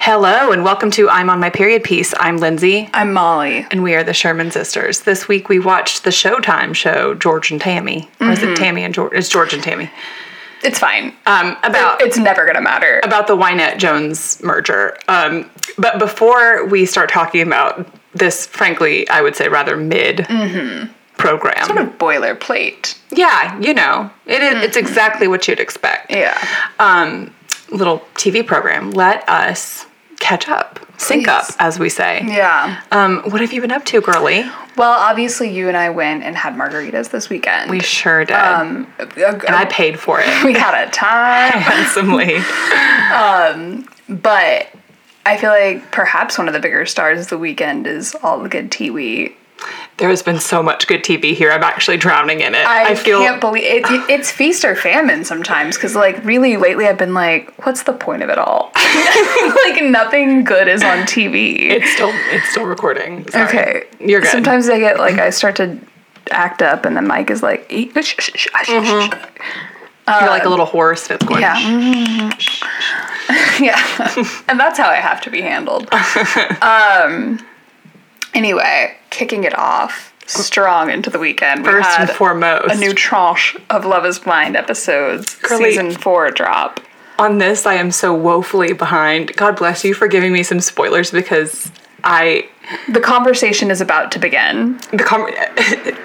and welcome to I'm on my period piece. I'm Lindsay, I'm Molly. and we are the Sherman sisters. This week we watched the Showtime show George and Tammy. Or Mm-hmm. is it Tammy and George? It's George and Tammy. It's fine. Uh, Um, about it's never gonna matter. about the Wynette Jones merger. Um, but before we start talking about this, frankly, I would say rather mid program. Mm-hmm. Sort of boilerplate. Yeah, you know, it is- It's exactly what you'd expect. Yeah. Um, little TV program. Let us catch up, sync up, Please. as we say. Yeah. Um, what have you been up to, girly? Well, obviously, you and I went and had margaritas this weekend. We sure did. um, a- a- and I paid for it we had a time, handsomely. but I feel like perhaps one of the bigger stars of the weekend is all the good tea we. there has been so much good TV here. I'm actually drowning in it. I, I, feel can't believe it, it's feast or famine sometimes because like really lately I've been like, what's the point of it all? like nothing good is on TV. it's still it's still recording. Sorry. Okay, You're good. Sometimes I get like I start to act up, and then Mike is like, "Eh, shh, shh, shh, ah, shh, Mm-hmm. shh, You're like a little horse that's going. uh, yeah. shh." yeah, and that's how I have to be handled. um, anyway, kicking it off strong into the weekend. We First had and foremost, a new tranche of Love Is Blind episodes, Curly- season four drop. on this I am so woefully behind. God bless you for giving me some spoilers because I The conversation is about to begin. the com-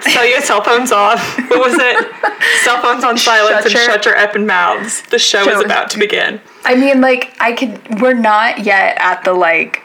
sell your cell phones off. What was it? cell phones on silence Shut and your- shut your up and mouths. The show Show- is about to begin. I mean, like, I could. We're not yet at the like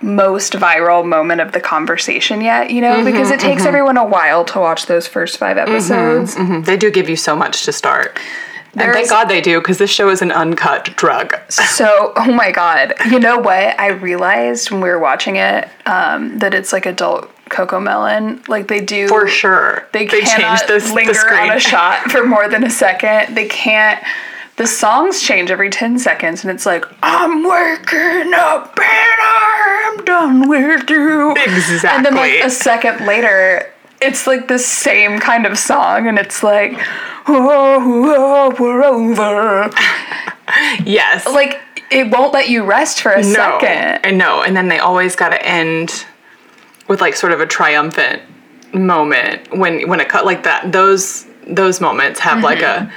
most viral moment of the conversation yet, you Mm-hmm, know, because it takes everyone a while to watch those first five episodes. They do give you so much to start. mm-hmm. and There's- thank God they do, because this show is an uncut drug. So, oh my god, you know what? I realized when we were watching it um, that it's like adult cocoa melon. Like they do For sure. They, cannot linger on a shot for more than a second. They can't. The songs change every ten seconds, and it's like I'm waking up and I'm done with you. And Exactly. then like a second later, it's like the same kind of song, and it's like, oh, oh we're over. Yes. Like it won't let you rest for a no. second. And no. And then they always got to end with like sort of a triumphant moment when when it cut like that. Those those moments have like a. Mm-hmm.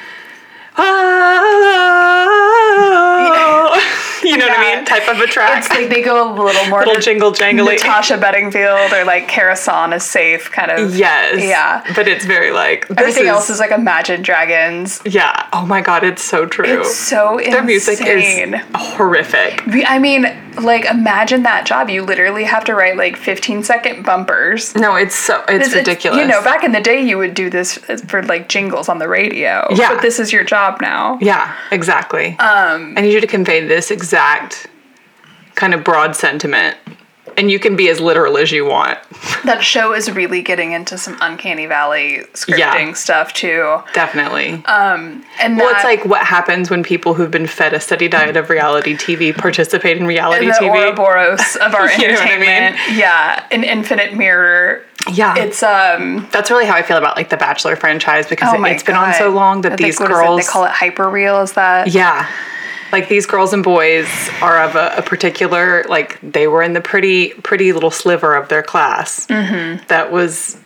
"Ah, Oh, you know what I Yeah. mean? Type of a track. It's like they go a little more Little jingle jangly. Natasha Bedingfield or like Karasan is safe kind of. Yes. Yeah. But it's very like this Everything else is like Imagine Dragons. Yeah. Oh my god, it's so true. It's so insane. Their music is horrific. We- I mean, like, imagine that job. You literally have to write like 15 second bumpers. No, it's so it's, ridiculous. you know, back in the day, you would do this uh, for like jingles on the radio. Yeah. But this is your job now. yeah, exactly. Um, I need you to convey this exact kind of broad sentiment, and you can be as literal as you want. That show is really getting into some Uncanny Valley scripting Yeah. stuff too. Definitely. Uh, And well, that, it's like what happens when people who've been fed a steady diet of reality TV participate in the reality TV. Ouroboros of our You know what I mean? entertainment. Yeah. An infinite mirror. Yeah, It's, um, that's really how I feel about like the Bachelor franchise because oh it, my has been on God. so long that I think, these what is it? girls They call it hyper real. Is that? Yeah. Like these girls and boys are of a, a particular like they were in the pretty pretty little sliver of their class Mm-hmm. that was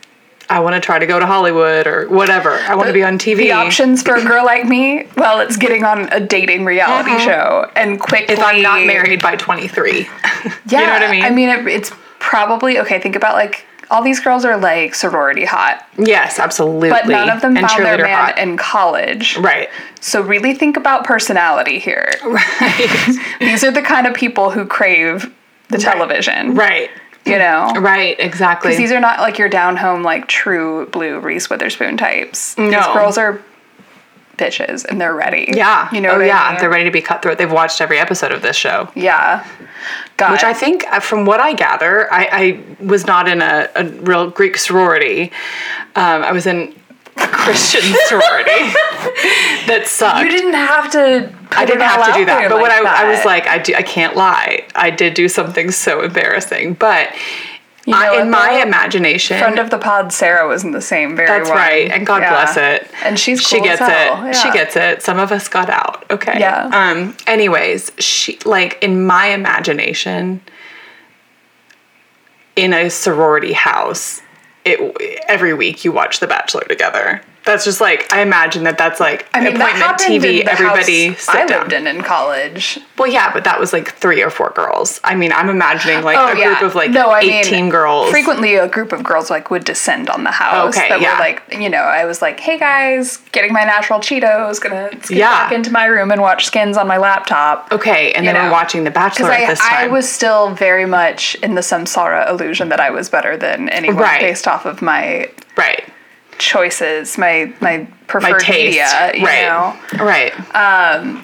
I want to try to go to Hollywood or whatever I want to be on TV. The options for a girl like me, well, it's getting on a dating reality show and quickly. Uh-huh. if I'm not married by 23. yeah, know what I mean? I mean, it, it's probably okay. Think about like all these girls are like sorority hot, yes, absolutely. but none of them And found their cheerleader man hot. in college. right. So really think about personality here. These are the kind of people who crave the television, Right. You know, Right, exactly. these are not like your down home, like true blue Reese Witherspoon types. These No. girls are bitches and they're ready. yeah. you know. Oh, what I yeah, mean? they're ready to be cutthroat. They've watched every episode of this show. Yeah. God. Which I think, uh, from what I gather, I, I was not in a, a real Greek sorority. Um, I was in a Christian sorority that sucked. you didn't have to. I didn't have to do that. But when when I, I was like, I, do, I can't lie. I did do something so embarrassing. But You Uh, know in what, my though? imagination, friend of the pod, Sarah, was in the same very that's one. right, and God Yeah. bless it. And she's she cool as gets hell. it. Yeah. She gets it. Some of us got out. Okay. Yeah. Um. Anyways, she like in my imagination, in a sorority house, it every week you watch The Bachelor together. That's just like I imagine that that's like I mean, that appointment happened TV. in the everybody house sit I down. lived in in college. Well, yeah, but that was like three or four girls. I mean, I'm imagining like a group of like Oh, no, I mean, 18 girls. Frequently, a group of girls like would descend on the house. Okay, that yeah. were like, you know, I was like, hey guys, getting my natural Cheetos, gonna scoot Yeah. back into my room and watch Skins on my laptop. okay, and you then we're know. watching The Bachelor at Because this I, I time. was still very much in the samsara illusion that I was better than anyone Right. based off of my right. choices, my my preferred My taste. media, you right. know. Right.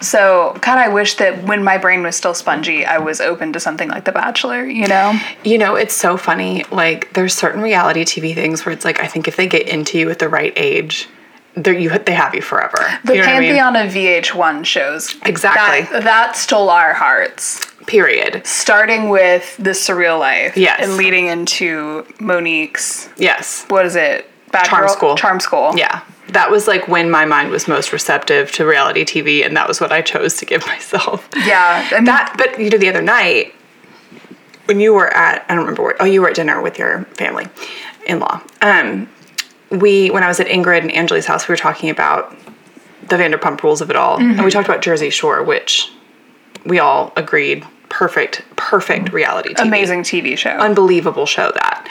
So, God, I wish that when my brain was still spongy, I was open to something like The Bachelor, you know? you know, it's so funny. Like, there's certain reality TV things where it's like, I think if they get into you at the right age, they're, you they have you forever. The you know what I pantheon of VH1 shows. Exactly. That, that stole our hearts, mean? Period. starting with The Surreal Life. Yes. And leading into Monique's, Yes. what is it? Bad Charm Girl- School. Charm School. Yeah. That was like when my mind was most receptive to reality TV, and that was what I chose to give myself. Yeah. And that, But you know, the other night when you were at I don't remember where oh you were at dinner with your family in law. Um, we when I was at Ingrid and Angeli's house, we were talking about the Vanderpump rules of it all, and we talked about Jersey Shore, which we all agreed perfect, perfect reality TV amazing TV show. unbelievable show that.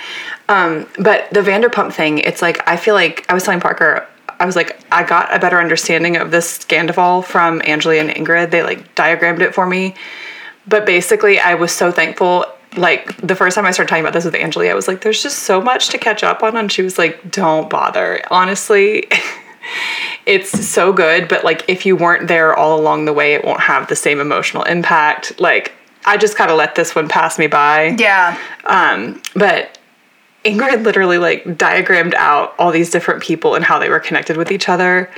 Um, but the Vanderpump thing, it's like I feel like I was telling Parker, I was like, I got a better understanding of this Scandival from Angela and Ingrid. They like diagrammed it for me. But basically I was so thankful. Like the first time I started talking about this with Angela, I was like, there's just so much to catch up on. And she was like, don't bother. Honestly, it's so good, but like if you weren't there all along the way, it won't have the same emotional impact. Like I just kind of let this one pass me by. yeah. Um, but Ingrid literally like diagrammed out all these different people and how they were connected with each other.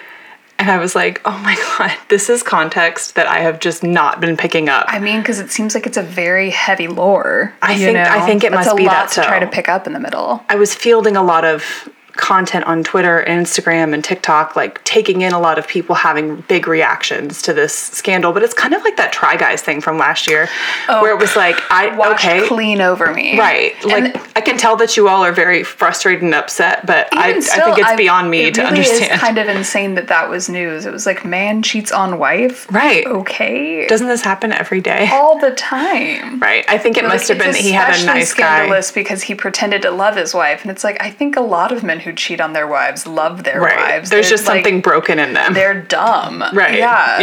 And I was like, oh my God, this is context that I have just not been picking up. I mean, because it seems like it's a very heavy lore. I you think- I know? think it That's must a be that, lot to try to though. pick up in the middle. I was fielding a lot of content on Twitter and Instagram and TikTok, like taking in a lot of people having big reactions to this scandal. But it's kind of like that Try Guys thing from last year, where it was like, I Wash okay. Oh, clean over me. Right. And Like I can tell that you all are very frustrated and upset, but I, even I still, think it's beyond me it to really understand. Is kind of insane that that was news. It was like man cheats on wife. Right. Okay. Oh. Doesn't this happen every day? all the time. Right. I think it must have Oh. Like, been it's that he had a especially nice guy. scandalous because he pretended to love his wife, and it's like I think a lot of men who cheat on their wives love their Right. wives. There's They're, just like, something broken in them. They're dumb. Right. Yeah.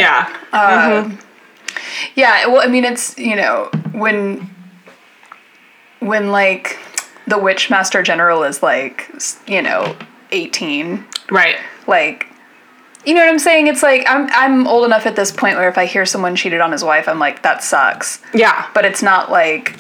Yeah. Yeah, well, I mean, it's you know when when like the witch master general is like s- you know eighteen, Right. like you know what I'm saying? It's like I'm I'm old enough at this point where if I hear someone cheated on his wife, I'm like that sucks. Yeah. But it's not like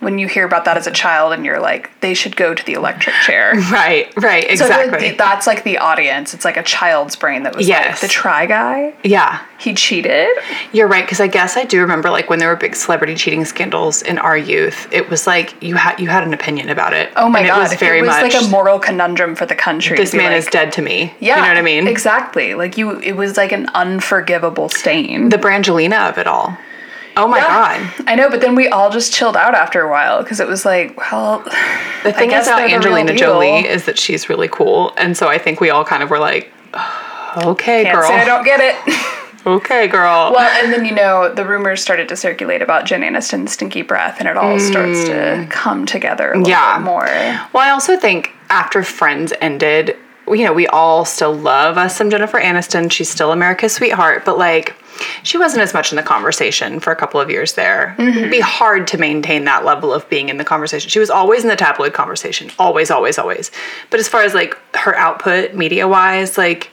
when you hear about that as a child and you're like they should go to the electric chair. Right. Right. So they're- Exactly. that's like the audience. It's like a child's brain that was like Yes. the try guy. yeah. He cheated. You're right because I guess I do remember like when there were big celebrity cheating scandals in our youth, it was like you had you had an opinion about it. Oh my and god! It was very it was much like a moral conundrum for the country. this to be man like, is dead to me. Yeah, You know what I mean? Exactly. Like you, it was like an unforgivable stain. The Brangelina of it all. Oh my god. I know, but then we all just chilled out after a while because it was like, well, The thing guess is about they're the real Angelina deal. Jolie is that she's really cool, and so I think we all kind of were like, "Oh, "Okay, can't girl. say I don't get it. okay, girl." well, and then you know the rumors started to circulate about Jen Aniston's stinky breath, and it all starts to come together a little Mm. Yeah. bit more. Well, I also think after Friends ended, you know, we all still love us some Jennifer Aniston. She's still America's sweetheart, but like, she wasn't as much in the conversation for a couple of years there. Mm-hmm. It'd be hard to maintain that level of being in the conversation. She was always in the tabloid conversation, always, always, always. But as far as like her output media wise, like,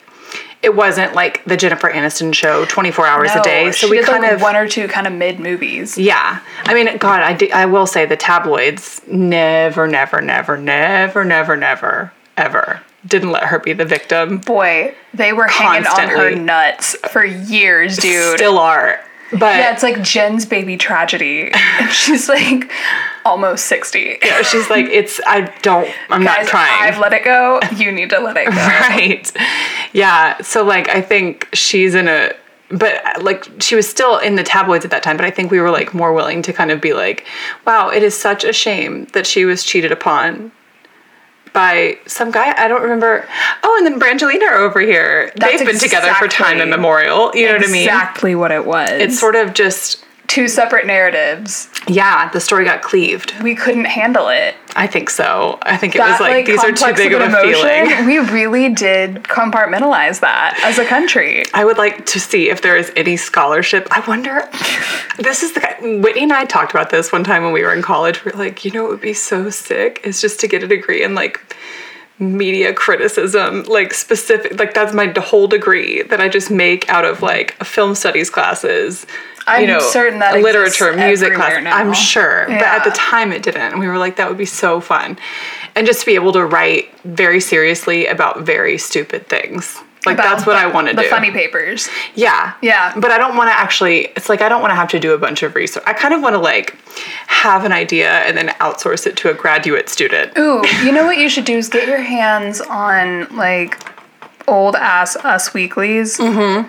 it wasn't like the Jennifer Aniston show 24 hours No, a day. So she we did, kind like of one or two kind of mid movies. yeah. I mean, God, I, do, I will say the tabloids never, never, never, never, never, never, ever didn't let her be the victim. Boy, they were hanging on her Constantly. nuts for years, dude. Still are. But Yeah, it's like Jen's baby tragedy. And she's like almost 60. she's like, it's, I don't, I'm not Guys, trying. I've let it go. You need to let it go. right yeah so like i think she's in a but like she was still in the tabloids at that time but i think we were like more willing to kind of be like wow it is such a shame that she was cheated upon by some guy i don't remember oh and then brangelina over here That's they've been together for time exactly- immemorial you know what i mean Exactly what it was. it's sort of just two separate narratives. yeah the story got cleaved We couldn't handle it. i think so i think it That, was like, these are too complex big of an a feeling We really did compartmentalize that as a country. I would like to see if there is any scholarship. I wonder. This is the guy, Whitney and I talked about this one time when we were in college. We are like, you know, it would be so sick is just to get a degree in like media criticism, like specific. Like that's my whole degree that I just make out of like film studies classes. I'm certain that literature, exists music class. everywhere now. I'm sure, but at the Yeah. time it didn't. And we were like, that would be so fun, and just to be able to write very seriously about very stupid things. Like about that's what I want to The do. funny papers. Yeah. Yeah. But I don't want to actually, it's like I don't want to have to do a bunch of research. I kind of want to like have an idea and then outsource it to a graduate student. Ooh, you know what you should do is get your hands on like old ass Us weeklies Mm-hmm.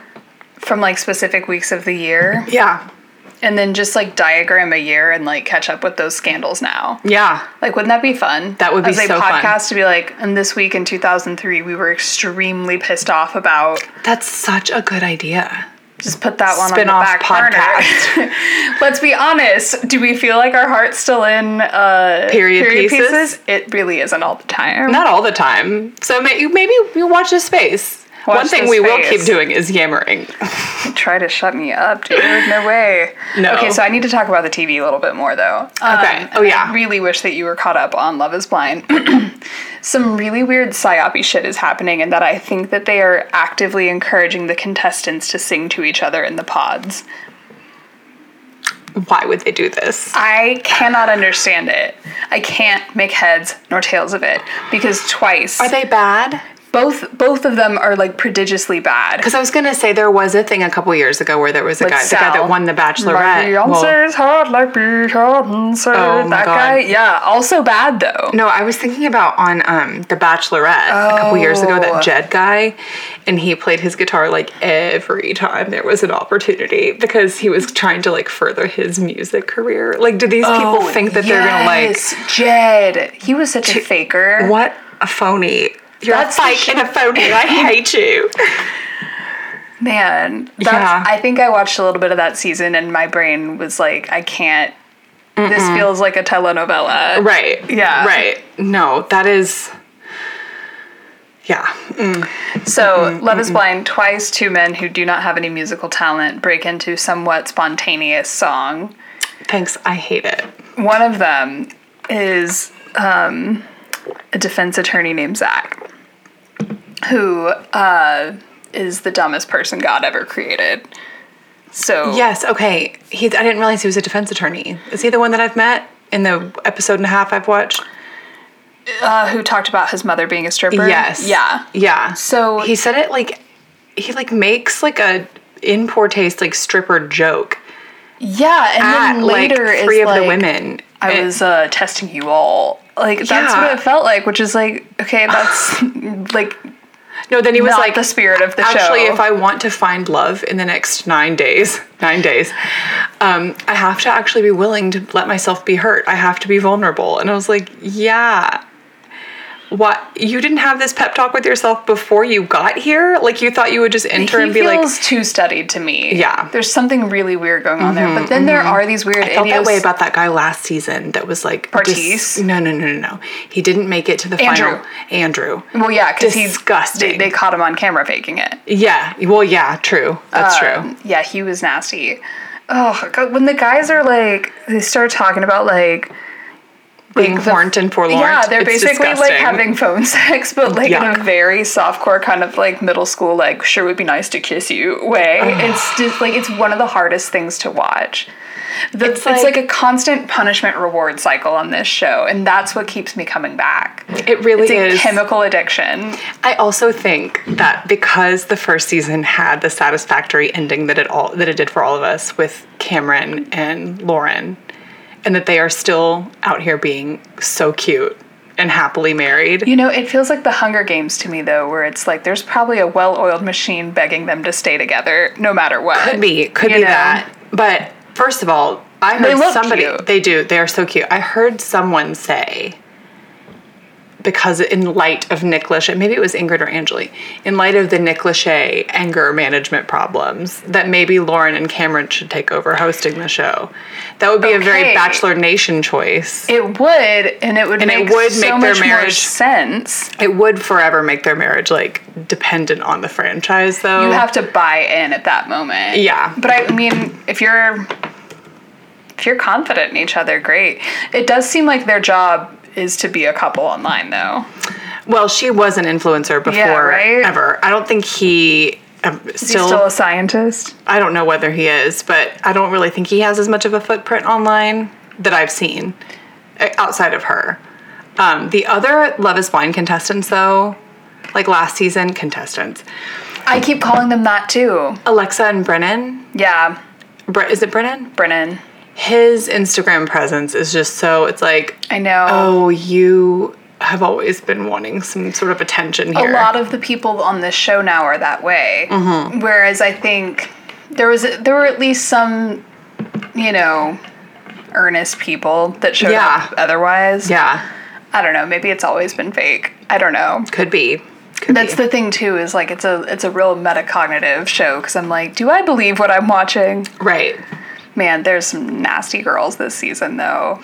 from like specific weeks of the year, Yeah. and then just like diagram a year and like catch up with those scandals now. Yeah. Like, wouldn't that be fun? That would be As a so fun. podcast to be like, and this week in 2003, we were extremely pissed off about. That's such a good idea. Just put that one on Spin-off the back podcast. burner. Let's be honest. Do we feel like our heart's still in uh, Period pieces? It really isn't all the time. Not all the time. So may, you- maybe you watch this space. Watch One thing this we will space. keep doing is yammering. Try to shut me up, dude. No way. No. Okay, so I need to talk about the TV a little bit more, though. Um, Okay. and Oh, yeah. I really wish that you were caught up on Love Is Blind. Some really weird psyopy shit is happening, and that I think that they are actively encouraging the contestants to sing to each other in the pods. Why would they do this? I cannot understand it. I can't make heads nor tails of it because twice Are they bad? both both of them are like prodigiously bad. Because I was gonna say there was a thing a couple years ago where there was a Like guy, the guy Sal. that won the Like Bachelorette. Well, Beyonce's hot like Beyonce. Oh my that God. guy, yeah, also bad though. No, I was thinking about on um, The Bachelorette a couple years ago Oh. that Jed guy, and he played his guitar like every time there was an opportunity because he was trying to like further his music career. Like, do these people think that Oh, Yes, Jed? He was such a faker. they're gonna like what a phony? You're That's a the fake sh- and a phony. I hate you. Man, that's, Yeah. I think I watched a little bit of that season, and my brain was like, I can't. This feels like a telenovela. Right. Yeah. Right. No, that is. Yeah. So, Love is Blind, twice two men who do not have any musical talent break into somewhat spontaneous song. Thanks. I hate it. One of them is um, a defense attorney named Zach, who uh, is the dumbest person God ever created. So, Yes. Okay. He. I didn't realize he was a defense attorney. Is he the one that I've met in the episode and a half I've watched? uh, who talked about his mother being a stripper? Yes. Yeah. Yeah. So- he said it like he like makes like a in poor taste like stripper joke Yeah. And at then later like is three of the like, women. I It- was uh, testing you all. Like, that's Yeah. what it felt like, which is like, okay, that's like no. Then he was not like the spirit of the Actually, show. if I want to find love in the next nine days, nine days, um, I have to actually be willing to let myself be hurt. I have to be vulnerable. And I was like, yeah. What you didn't have this pep talk with yourself before you got here? Like you thought you would just enter he and be like, feels too studied to me. Yeah. Mm-hmm. there's something really weird going on there. But then there are these weird felt that way idios- about that guy last season that was like Partis? no, no, no, no, no. He didn't make it to the Andrew. final. Andrew. Well, yeah, because he's Disgusting. They, they caught him on camera faking it. Yeah. Well, yeah. True. Uh, That's true. Yeah, he was nasty. Oh, God, when the guys are like, they start talking about like, Being horned and forlorn. yeah, they're it's basically like disgusting. having phone sex, but like in Yuck. a very softcore kind of like middle school, like sure would be nice to kiss you way. It's just like it's one of the hardest things to watch. The, it's, It's like, like- a constant punishment reward cycle on this show, and that's what keeps me coming back. It really It's a is. chemical addiction. I also think that because the first season had the satisfactory ending that it all that it did for all of us with Cameron and Lauren, and that they are still out here being so cute and happily married. You know, it feels like the Hunger Games to me, though, where it's like there's probably a well oiled machine begging them to stay together no matter what. Could be, could You be know? that. But first of all, I They heard look somebody. cute. They do. They are so cute. I heard someone say because in light of Nick Lachey, maybe it was Ingrid or Angeli, in light of the Nick Lachey anger management problems, that maybe Lauren and Cameron should take over hosting the show. That would be a Okay. very Bachelor Nation choice. It would, and it would And make it would so make their much more marriage- sense. It would forever make their marriage like dependent on the franchise, though. You have to buy in at that moment. Yeah. But I mean, if you're if you're confident in each other, great. It does seem like their job is to be a couple online though. well, she was an influencer before right? ever. I don't think he. um, Is he still a scientist? I don't know whether he is, but I don't really think he has as much of a footprint online that I've seen uh, outside of her. Um, the other Love is Blind contestants, though, like last season contestants, I keep calling them that too. Alexa and Brennan. Yeah, Bre- is it Brennan? Brennan. His Instagram presence is just so, it's like, I know. oh, you have always been wanting some sort of attention here. a lot of the people on this show now are that way. Mm-hmm. Whereas I think there was there were at least some, you know, earnest people that showed Yeah. up otherwise. yeah, I don't know. Maybe it's always been fake. I don't know. could be. Could That's be. the thing too. Is like it's a it's a real metacognitive show because I'm like, do I believe what I'm watching? right. Man, there's some nasty girls this season though.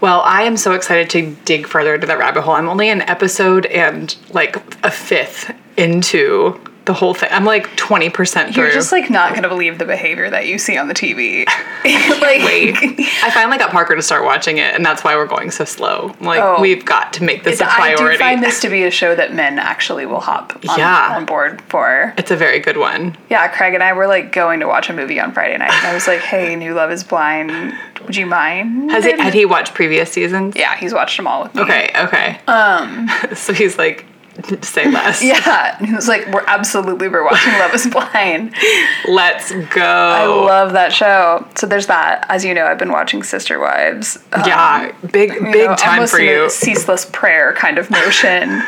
Well, I am so excited to dig further into that rabbit hole. I'm only an episode and like a fifth into the whole thing. I'm like 20% through. You're just like not gonna believe the behavior that you see on the TV. like, I finally got Parker to start watching it, and that's why we're going so slow. Like, Oh. we've got to make this a I priority. do find this to be a show that men actually will hop on, Yeah. on board for. it's a very good one. Yeah, Craig and I were like going to watch a movie on Friday night, and I was like, "Hey, New Love is Blind. Would you mind?" Has he, had he watched previous seasons? yeah, he's watched them all with me. Okay, okay. Um. so he's like, say less. Yeah, and he was like, "We're absolutely we're watching Love Is Blind." Let's go. I Oh. love that show. So there's that. As you know, I've been watching Sister Wives. Um, yeah, big, you big know, time almost for in a you. ceaseless prayer kind of motion.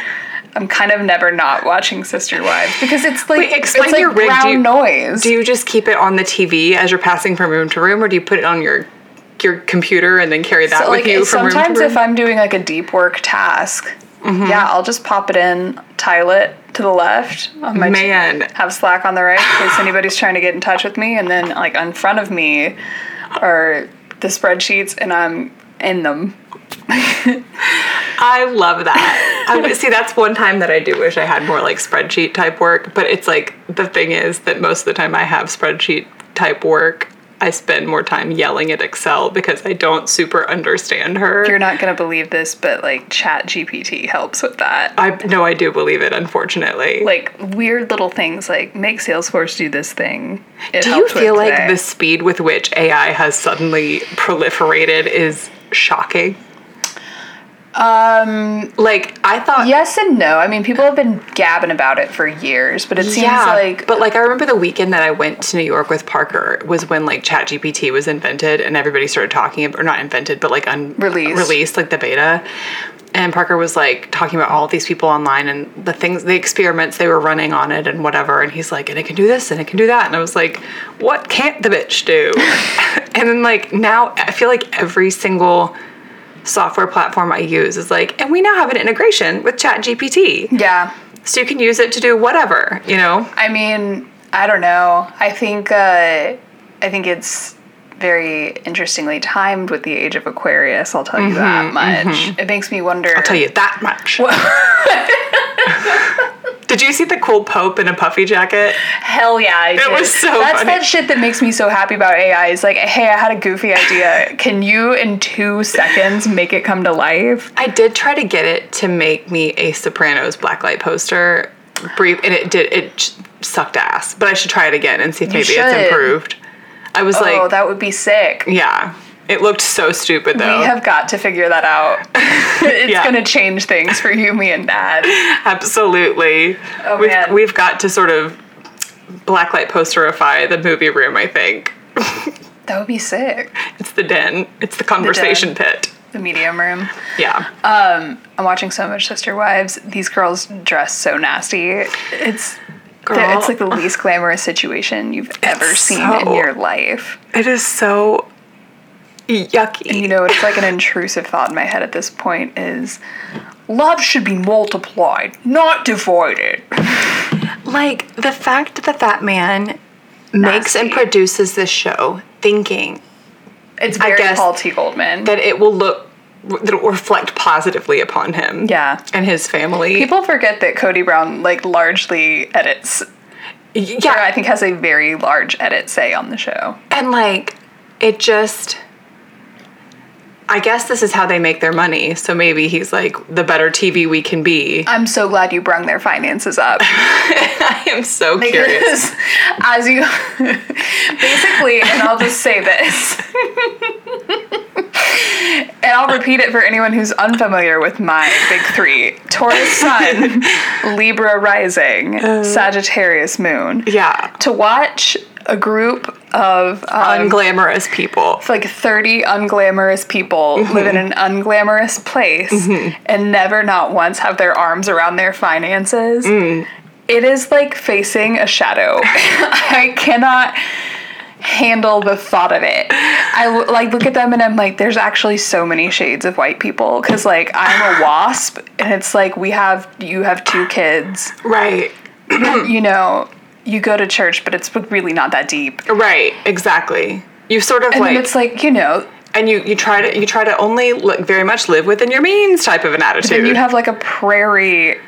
I'm kind of never not watching Sister Wives because it's like Wait, explain it's like your rig. Do brown you- noise. Do you just keep it on the TV as you're passing from room to room, or do you put it on your your computer and then carry that So, with like you from room Mm-hmm. to room? sometimes if I'm doing like a deep work task, yeah, I'll just pop it in, tile it to the left on my Man. have Slack on the right in case anybody's trying to get in touch with me, and then like in front of me are the spreadsheets, and I'm in them. I love that. I would- see. That's one time that I do wish I had more like spreadsheet type work. But it's like the thing is that most of the time I have spreadsheet type work. I spend more time yelling at Excel because I don't super understand her. You're not gonna believe this, but like Chat GPT helps with that. I no, I do believe it. Unfortunately, like weird little things like make Salesforce do this thing. It Do you helped with feel like today. the speed with which AI has suddenly proliferated is shocking? Um, like I thought. Yes and no. I mean, people have been gabbing about it for years, but it seems like but like I remember the weekend that I went to New York with Parker was when like ChatGPT was invented and everybody started talking ab- or not invented but like un- Released. released like the beta. And Parker was like talking about all these people online and the things, the experiments they were running on it and whatever. And he's like, and it can do this and it can do that. And I was like, what can't the bitch do? and then like now I feel like every single software platform I use is like, and we now have an integration with ChatGPT. yeah. So you can use it to do whatever, you know? I mean, I don't know. I think uh, I think it's very interestingly timed with the age of Aquarius. I'll tell you that much. It makes me wonder. Mm-hmm, tell you that much. Did you see the cool Pope in a puffy jacket? Hell yeah, I did. was so That's funny. that shit that makes me so happy about AI. Is like, hey, I had a goofy idea. Can you in two seconds make it come to life? I did try to get it to make me a Sopranos blacklight poster brief, and it did. It j- sucked ass, but I should try it again and see if maybe should. it's improved. I was oh, like, that would be sick. yeah. It looked so stupid though. We have got to figure that out. it's Yeah. going to change things for you, me, and Dad. Absolutely. Oh, we've, man. we've got to sort of blacklight posterify the movie room, I think. That would be sick. It's the den, it's the conversation pit. The medium room. Yeah. I'm watching so much Sister Wives. These girls dress so nasty. It's Girl. it's like the least glamorous situation you've ever It's seen in so- your life. it is so yucky. You know, it's like an intrusive thought in my head at this point is love should be multiplied, not divided. Like the fact that that man makes and Nasty. produces this show thinking It's very guess Paul T. Goldman. that it will look that it will reflect positively upon him. Yeah. And his family. People forget that Cody Brown like largely edits yeah. or I think has a very large edit say on the show. And like, it just. I guess this is how they make their money. So maybe he's like, the better TV we can be. I'm so glad you brung their finances up. I am so curious. Because as you basically, and I'll just say this, and I'll repeat it for anyone who's unfamiliar with my big three Taurus Sun, Libra Rising, Sagittarius Moon. Yeah. To watch a group of um, Unglamorous people. like 30 unglamorous people live in an unglamorous place and never not once have their arms around their finances. It is like facing a shadow. I cannot handle the thought of it. I lo- like look at them and I'm like there's actually so many shades of white people cuz like I'm a wasp and it's like we have you have two kids. Right. you know, you go to church but it's really not that deep. Right. Exactly. You sort of And like, then it's like, you know, and you you try to you try to only look very much live within your means type of an attitude. And you'd have like a prairie,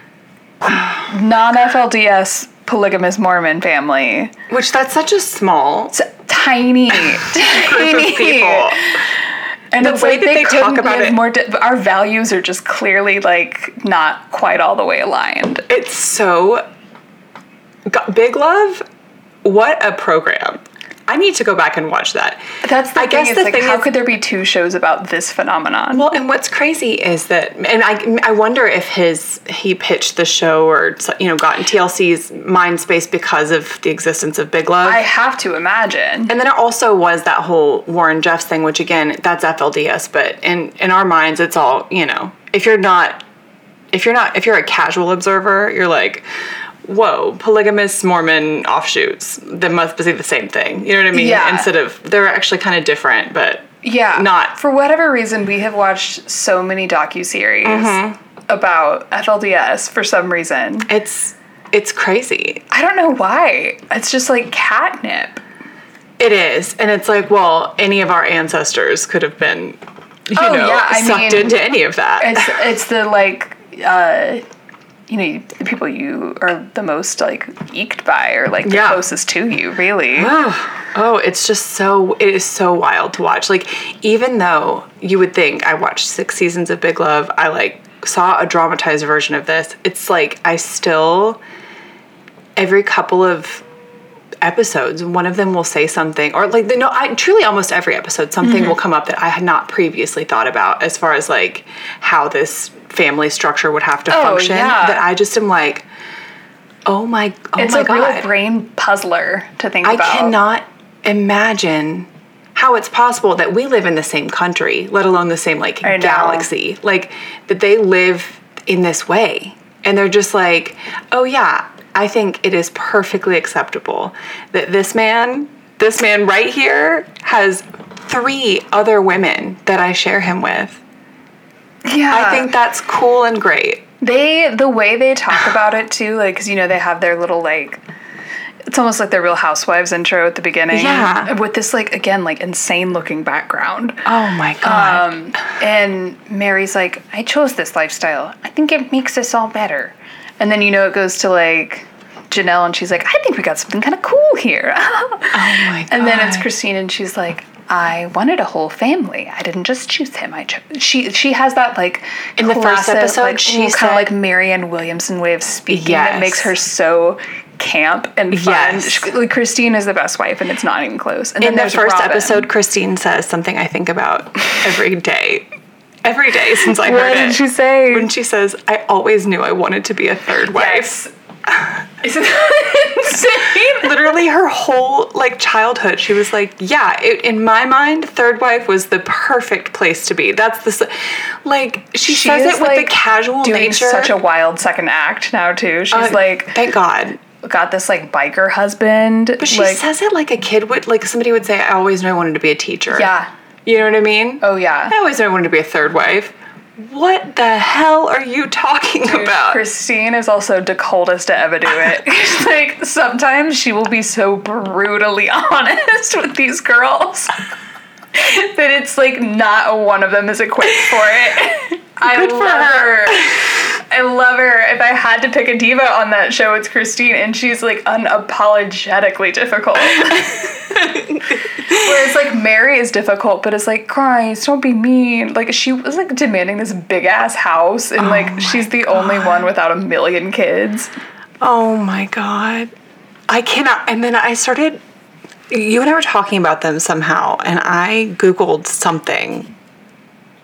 non FLDS polygamous Mormon family. which that's such a small It's tiny, group tiny of people. And the way that they talk about it- More di- our values are just clearly like not quite all the way aligned. It's so Go- big love. What a program! I need to go back and watch that. That's the I thing. guess it's the like, thing how is- could there be two shows about this phenomenon? Well, and what's crazy is that, and I, I wonder if his he pitched the show or you know gotten TLC's mind space because of the existence of Big Love. I have to imagine. and then it also was that whole Warren Jeffs thing, which again, that's FLDS, but in in our minds, it's all you know. If you're not, if you're not, if you're a casual observer, you're like, whoa, polygamous Mormon offshoots that must be the same thing. You know what I mean? Yeah. Instead of they're actually kind of different, but Yeah. Not- for whatever reason we have watched so many docuseries Mm-hmm. about FLDS for some reason. it's it's crazy. I don't know why. It's just like catnip. It is, and it's like, well, any of our ancestors could have been, you Oh, know, yeah, I sucked mean, into any of that. It's it's the like uh you know, the people you are the most like eked by or like the Yeah. closest to you, really. Oh, oh, it's just so it is so wild to watch. Like even though you would think I watched 6 seasons of Big Love, I like saw a dramatized version of this. It's like I still every couple of episodes one of them will say something or like they know I truly almost every episode something Mm-hmm. will come up that I had not previously thought about as far as like how this family structure would have to Oh, function yeah. that I just am like oh my oh It's my a god real brain puzzler to think I about. cannot imagine how it's possible that we live in the same country, let alone the same like I know. galaxy. Like that they live in this way. And they're just like, "Oh yeah, I think it is perfectly acceptable that this man, this man right here has three other women that I share him with. Yeah. I think that's cool and great." They the way they talk about it too, like because you know they have their little like. It's almost like their Real Housewives intro at the beginning. Yeah. With this like again like insane looking background, Oh my god. um, and Mary's like, I chose this lifestyle. I think it makes us all better. And then you know it goes to like Janelle, and she's like, I think we got something kind of cool here. oh my god. And then it's Christine, and she's like, "I wanted a whole family. I didn't just choose him. I chose." She she has that like in the first episode, she kind of said- like Marianne Williamson way of speaking that Yes. makes her so camp and fun. Yes. She- like, Christine is the best wife, and it's not even close. And then In the there's first Robin. episode, Christine says something I think about every day. Every day since I what heard did it. she say? when she says, I always knew I wanted to be a third wife. Yes. Isn't that insane? Literally her whole like childhood, she was like, yeah, it, in my mind, third wife was the perfect place to be. That's the s- like she, says is, it with like, the casual doing nature. such a wild second act now too. She's Uh, like thank God. got this like biker husband. But she like, says it like a kid would, like somebody would say, I always knew I wanted to be a teacher. yeah, You know what I mean? oh yeah. I always knew I wanted to be a third wife. What the hell are you talking about? Christine is also the coldest to ever do it. She's like sometimes she will be so brutally honest with these girls that it's like not one of them is equipped for it. I Good for love her. I love her. If I had to pick a diva on that show, it's Christine, and she's like unapologetically difficult. Whereas like Mary is difficult, but it's like Christ, don't be mean. Like she was like demanding this big ass house, and like she's the only one without a million kids. Oh my god. I cannot. And then I started. You and I were talking about them somehow, and I Googled something.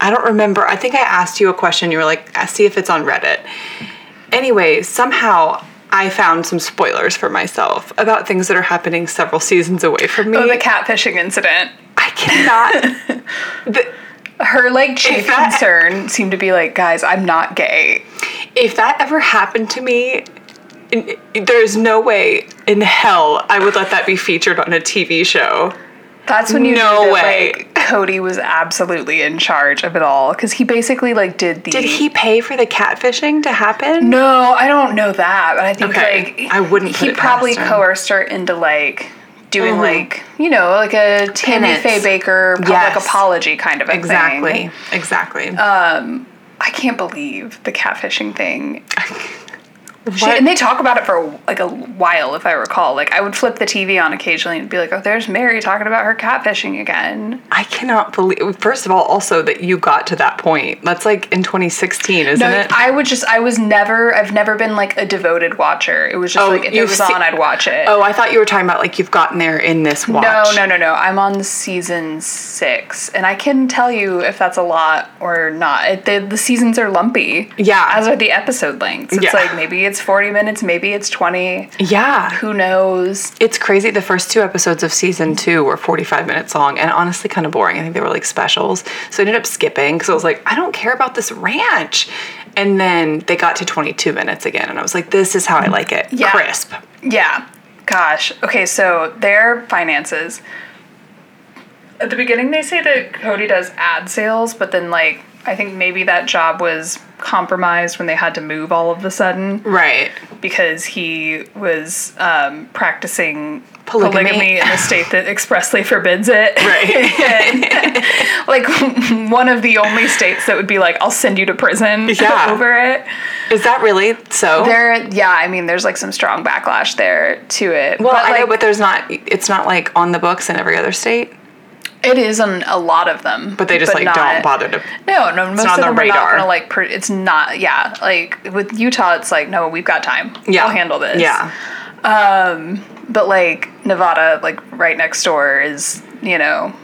I don't remember. I think I asked you a question. You were like, "I see if it's on Reddit. Anyway, somehow I found some spoilers for myself about things that are happening several seasons away from me. Oh, the catfishing incident. I cannot. the, Her like chief If that- concern seemed to be like, guys, I'm not gay. if that ever happened to me, in, there's no way in hell I would let that be featured on a TV show. That's when you No knew that, way. like, Cody was absolutely in charge of it all because he basically like did the. Did he pay for the catfishing to happen? No, I don't know that, but I think Okay, like I wouldn't put He it past probably him. coerced her into like doing Mhm. like you know like a Tammy Penance. Faye Baker public Yes. apology kind of a thing. Exactly. Exactly. I can't believe the catfishing thing. She, and they talk about it for a- like a while, if I recall. Like I would flip the TV on occasionally and be like, "Oh, there's Mary talking about her catfishing again." I cannot believe. First of all, also that you got to that point. That's like in 2016, isn't No, it? I would just I was never I've never been like a devoted watcher. It was just Oh, like if it you've was se- on, I'd watch it. oh, I thought you were talking about like you've gotten there in this watch. No, no, no, no. I'm on season six, and I can tell you if that's a lot or not. It, the, the seasons are lumpy. Yeah. As are the episode lengths. It's Yeah. like maybe it's 40 minutes, maybe it's 20. Yeah. Who knows? It's crazy. The first two episodes of season two were 45 minutes long and honestly kind of boring. I think they were like specials. So I ended up skipping because I was like, I don't care about this ranch. And then they got to 22 minutes again. And I was like, this is how I like it. Yeah. Crisp. Yeah. Gosh. Okay, so their finances. At the beginning, they say that Cody does ad sales, but then, like, I think maybe that job was compromised when they had to move all of a sudden. Right. because he was um, practicing polygamy. Polygamy. in a state that expressly forbids it. Right. like one of the only states that would be like, I'll send you to prison Yeah. over it. Is that really so? There, yeah, I mean, there's like some strong backlash there to it. well, but I like, know, but there's not. It's not like on the books in every other state. it is on a lot of them. But they just like don't not- bother to. No, no, most not of on them their are not radar. gonna like. Pr- it's not, yeah. Like with Utah, it's like, no, we've got time. Yeah, I'll handle this. Yeah, but like Nevada, like right next door, is you know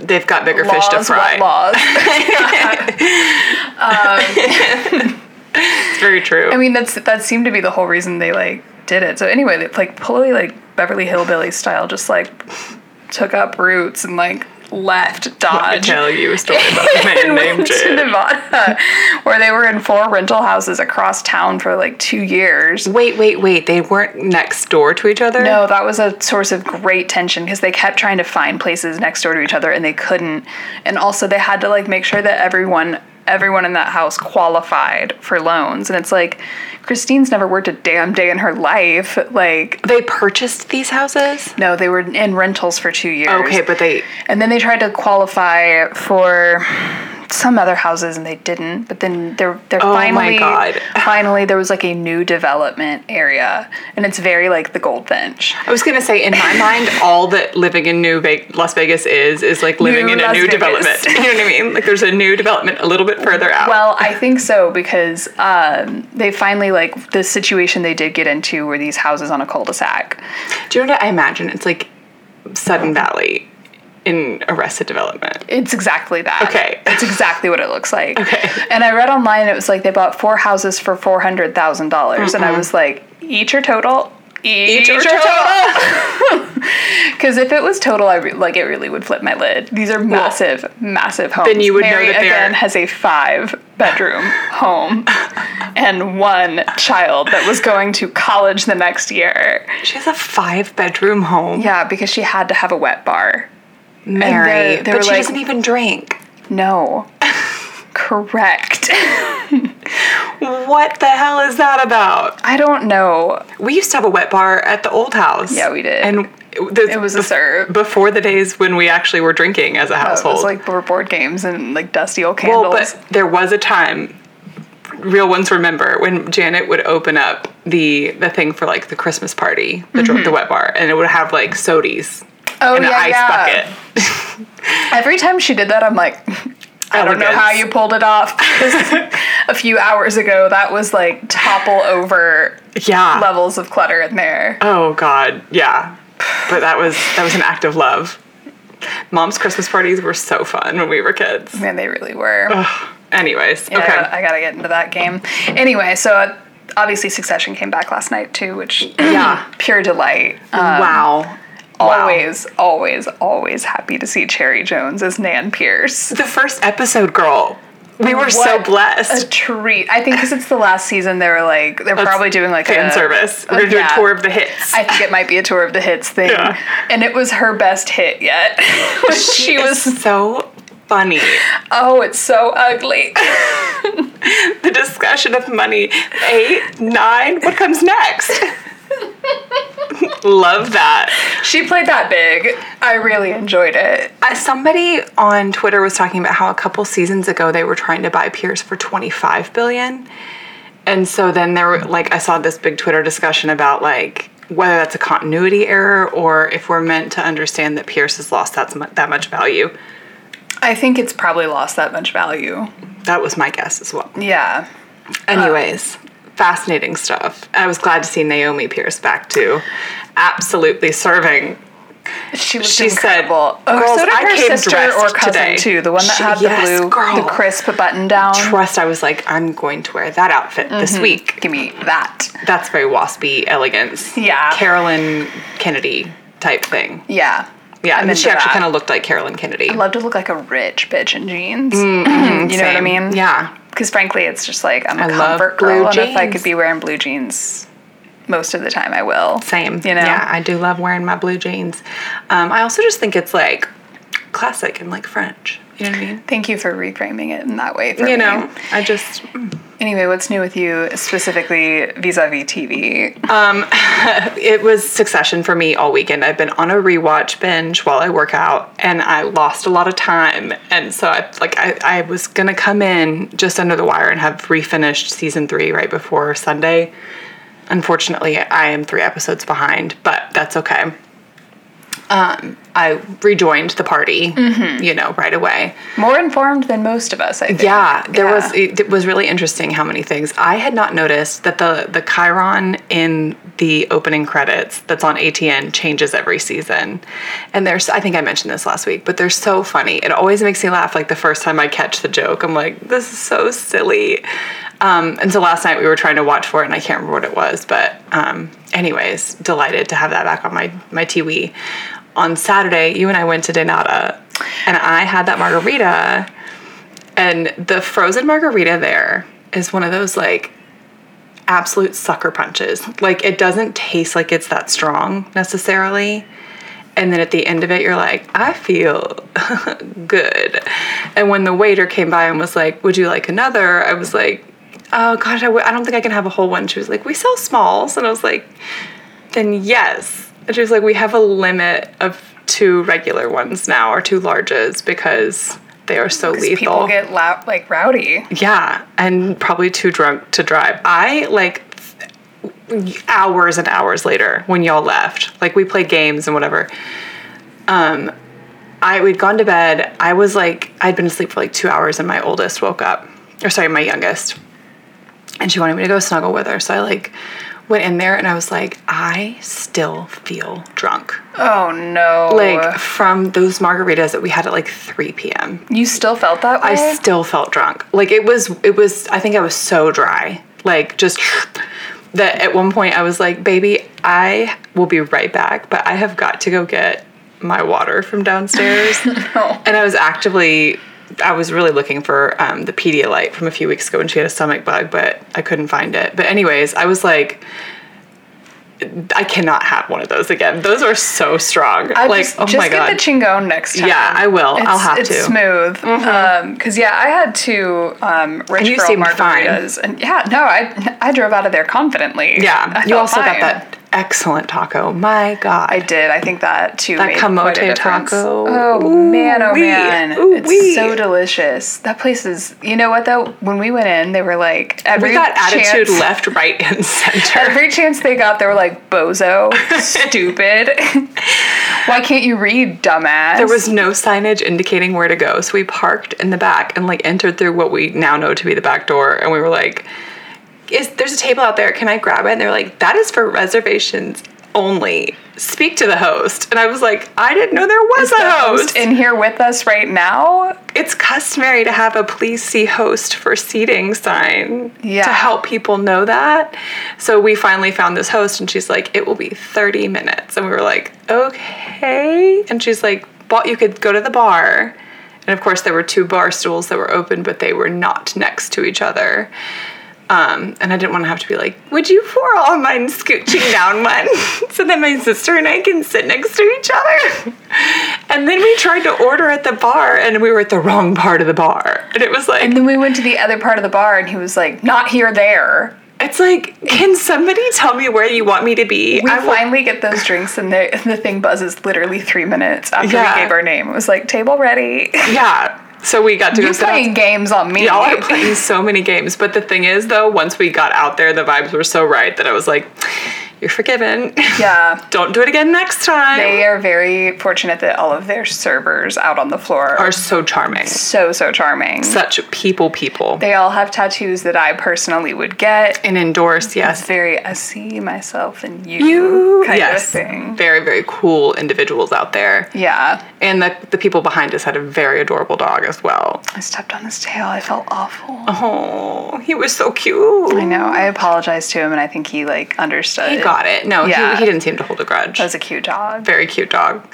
they've got bigger laws, fish to fry. what laws. It's very true. I mean, that's that seemed to be the whole reason they like did it. So anyway, they, like totally like Beverly Hillbilly style, just like took up roots and like left I Dodge tell you a story about a man and named went to Jed. Nevada, where they were in four rental houses across town for like two years. Wait, wait, wait. They weren't next door to each other. No, that was a source of great tension because they kept trying to find places next door to each other and they couldn't. And also they had to like make sure that everyone everyone in that house qualified for loans. And it's like Christine's never worked a damn day in her life. Like They purchased these houses. no, they were in rentals for 2 years. Okay, but they and then they tried to qualify for some other houses and they didn't. But then they're they're Oh my finally God. finally there was like a new development area and it's very like the Goldfinch. I was gonna say, in my mind, all that living in New Ve- Las Vegas is is like living New in a Las new Vegas. development. You know what I mean? Like there's a new development a little bit further out. Well, I think so because um, they finally like the situation they did get into were these houses on a cul-de-sac. Do you know what I imagine? It's like Sudden Valley in Arrested Development. It's exactly that. Okay. That's exactly what it looks like. Okay. And I read online it was like they bought four houses for four hundred thousand dollars, and I was like, each or total. Each, or total. Because if it was total, I re- like it really would flip my lid. These are massive, massive homes. you would know Mary that they're- again has a five bedroom home and one child that was going to college the next year. She has a five bedroom home. Yeah, because she had to have a wet bar. Mary, they- they were but she like- doesn't even drink. No. Correct. What the hell is that about? I don't know. We used to have a wet bar at the old house. Yeah, we did. And the, It was a bef- serve. before the days when we actually were drinking as a It household. was like board board games and like dusty old well, candles. but there was a time. Real ones remember when Janet would open up the the thing for like the Christmas party, the, dr- the wet bar, and it would have like sodies Mm-hmm. oh in an ice bucket. Every time she did that, I'm like, I don't know Elegance. how you pulled it off. 'Cause a few hours ago, that was like topple over Yeah. levels of clutter in there. Oh God, yeah. But that was that was an act of love. Mom's Christmas parties were so fun when we were kids. Man, they really were. Anyways, Yeah, I Uh, okay. gotta- I gotta get into that game. Anyway, so uh, obviously Succession came back last night too, which Yeah. Mm-hmm. pure delight. wow. Always, always, always happy to see Cherry Jones as Nan Pierce. The first episode, girl. We were so What blessed. A treat. I think because it's the last season, they were like they're probably doing like fan a, service. We're gonna do yeah. a tour of the hits. I think it might be a tour of the hits thing. Yeah. And it was her best hit yet. she It's was, so funny. oh, it's so ugly. The discussion of money. Eight, nine, what comes next? Love that. she played that big. I really enjoyed it. Uh, somebody on Twitter was talking about how a couple seasons ago they were trying to buy Pierce for 25 billion. And so then there were like I saw this big Twitter discussion about like whether that's a continuity error or if we're meant to understand that Pierce has lost that mu- that much value. I think it's probably lost that much value. That was my guess as well. Yeah. Anyways, fascinating stuff. I was glad to see Naomi Pierce back too. Absolutely serving. She was She said, incredible. oh, "Girls, so did I her came sister dressed or cousin today." too, the one that She- had yes, the blue, girl. the crisp button down. Trust I was like I'm going to wear that outfit this week. Give me that. that's very waspy elegance. Yeah. Carolyn Kennedy type thing. Yeah. Yeah, I'm and she into actually that. kind of looked like Carolyn Kennedy. I love to look like a rich bitch in jeans. you know what I Mm, Same. mean? Yeah. Because frankly, it's just like I'm a I love comfort blue girl, and if I jeans. could be wearing blue jeans most of the time, I will. Same. You know? Yeah, I do love wearing my blue jeans. Um, I also just think it's like classic and like French. You know what I mean? Thank you for reframing it in that way. For You me. know, I just Anyway, what's new with you specifically vis-a-vis TV? it was succession for me all weekend. I've been on a rewatch binge while I work out and I lost a lot of time. And so I like I, I was gonna come in just under the wire and have refinished season three right before Sunday. Unfortunately, I am three episodes behind, but that's okay. Um, I rejoined the party, you know, right away. More informed than most of us, I think. Yeah, there Yeah. was it, it was really interesting how many things I had not noticed that the the Chiron in the opening credits that's on ATN changes every season. And there's I think I mentioned this last week, but they're so funny. It always makes me laugh like the first time I catch the joke. I'm like, this is so silly. Um, and so last night we were trying to watch for it and I can't remember what it was, but um, anyways, delighted to have that back on my my TV. On Saturday, you and I went to Denata and I had that margarita and the frozen margarita there is one of those like absolute sucker punches. Like it doesn't taste like it's that strong necessarily. And then at the end of it, you're like, I feel good. And when the waiter came by and was like, Would you like another? I was like, Oh gosh, I w- I don't think I can have a whole one. She was like, We sell smalls. And I was like, Then yes. And she was like, We have a limit of two regular ones now or two larges because They are so lethal. People get loud, like rowdy. Yeah, and probably too drunk to drive. I like th- hours and hours later when y'all left. Like we played games and whatever. Um, I we'd gone to bed. I was like I'd been asleep for like two hours, and my oldest woke up, or sorry, my youngest, and she wanted me to go snuggle with her. So I like went in there and I was like, I still feel drunk, Oh no! like from those margaritas that we had at like three p.m. you still felt that way? I still felt drunk. Like it was it was I think I was so dry. Like just that at one point I was like, "Baby, I will be right back, but I have got to go get my water from downstairs." And I was actively I was really looking for um, the Pedialyte from a few weeks ago when she had a stomach bug, but I couldn't find it. But anyways, I was like I cannot have one of those again. Those are so strong. I like, just, oh just my god. get the chingone next time. Yeah, I will. I'll It's- have it's to. Mm-hmm. smooth. Um, cause yeah, I had two um, rich And you girl seemed fine. margaritas, and yeah, no, I I drove out of there confidently. I Yeah, you felt also fine. got that excellent taco. My God, I did. I think that too. That made quite a kamote difference. taco. Oh Ooh man, oh wee, man, ooh it's wee. so delicious. That place is. You know what though? When we went in, they were like every we got attitude chance- left, right, and center. Every chance they got, they were like bozo, stupid. Why can't you read, dumbass? There was no signage indicating where to go, so we parked in the back and like entered through what we now know to be the back door, and we were like, "Is there's a table out there? Can I grab it?" And they're like, "That is for reservations only. Speak to the host." And I was like, "I didn't know there was the a host. host in here with us right now. it's customary to have a please see host for seating sign Yeah. to help people know that. So we finally found this host and she's like, it will be 30 minutes. And we were like, okay. And she's like, "But you could go to the bar. And of course, there were two bar stools that were open, but they were not next to each other. Um, and I didn't want to have to be like, would you pour all mine scooching down one so that my sister and I can sit next to each other? And then we tried to order at the bar and we were at the wrong part of the bar. And it was like, And then we went to the other part of the bar, and he was like, "Not here, there." it's like, can somebody tell me where you want me to be? We I will- finally get those drinks, and the the thing buzzes literally three minutes after Yeah. we gave our name. It was like table ready. yeah. So we got to go You're sit out. playing games on me. Y'all are playing so many games. But the thing is, though, once we got out there, the vibes were so right that I was like, you're forgiven. yeah. Don't do it again next time. They are very fortunate that all of their servers out on the floor are are so charming. so so charming. Such people, people. they all have tattoos that I personally would get. and endorse, yes. Very I see myself and you, You, kind yes. of thing. Very, very cool individuals out there. Yeah. And the, the people behind us had a very adorable dog as well. I stepped on his tail. I felt awful. Oh, he was so cute. I know. I apologized to him, and I think he like understood. He got it. No, Yeah. he, he didn't seem to hold a grudge. That was a cute dog. very cute dog.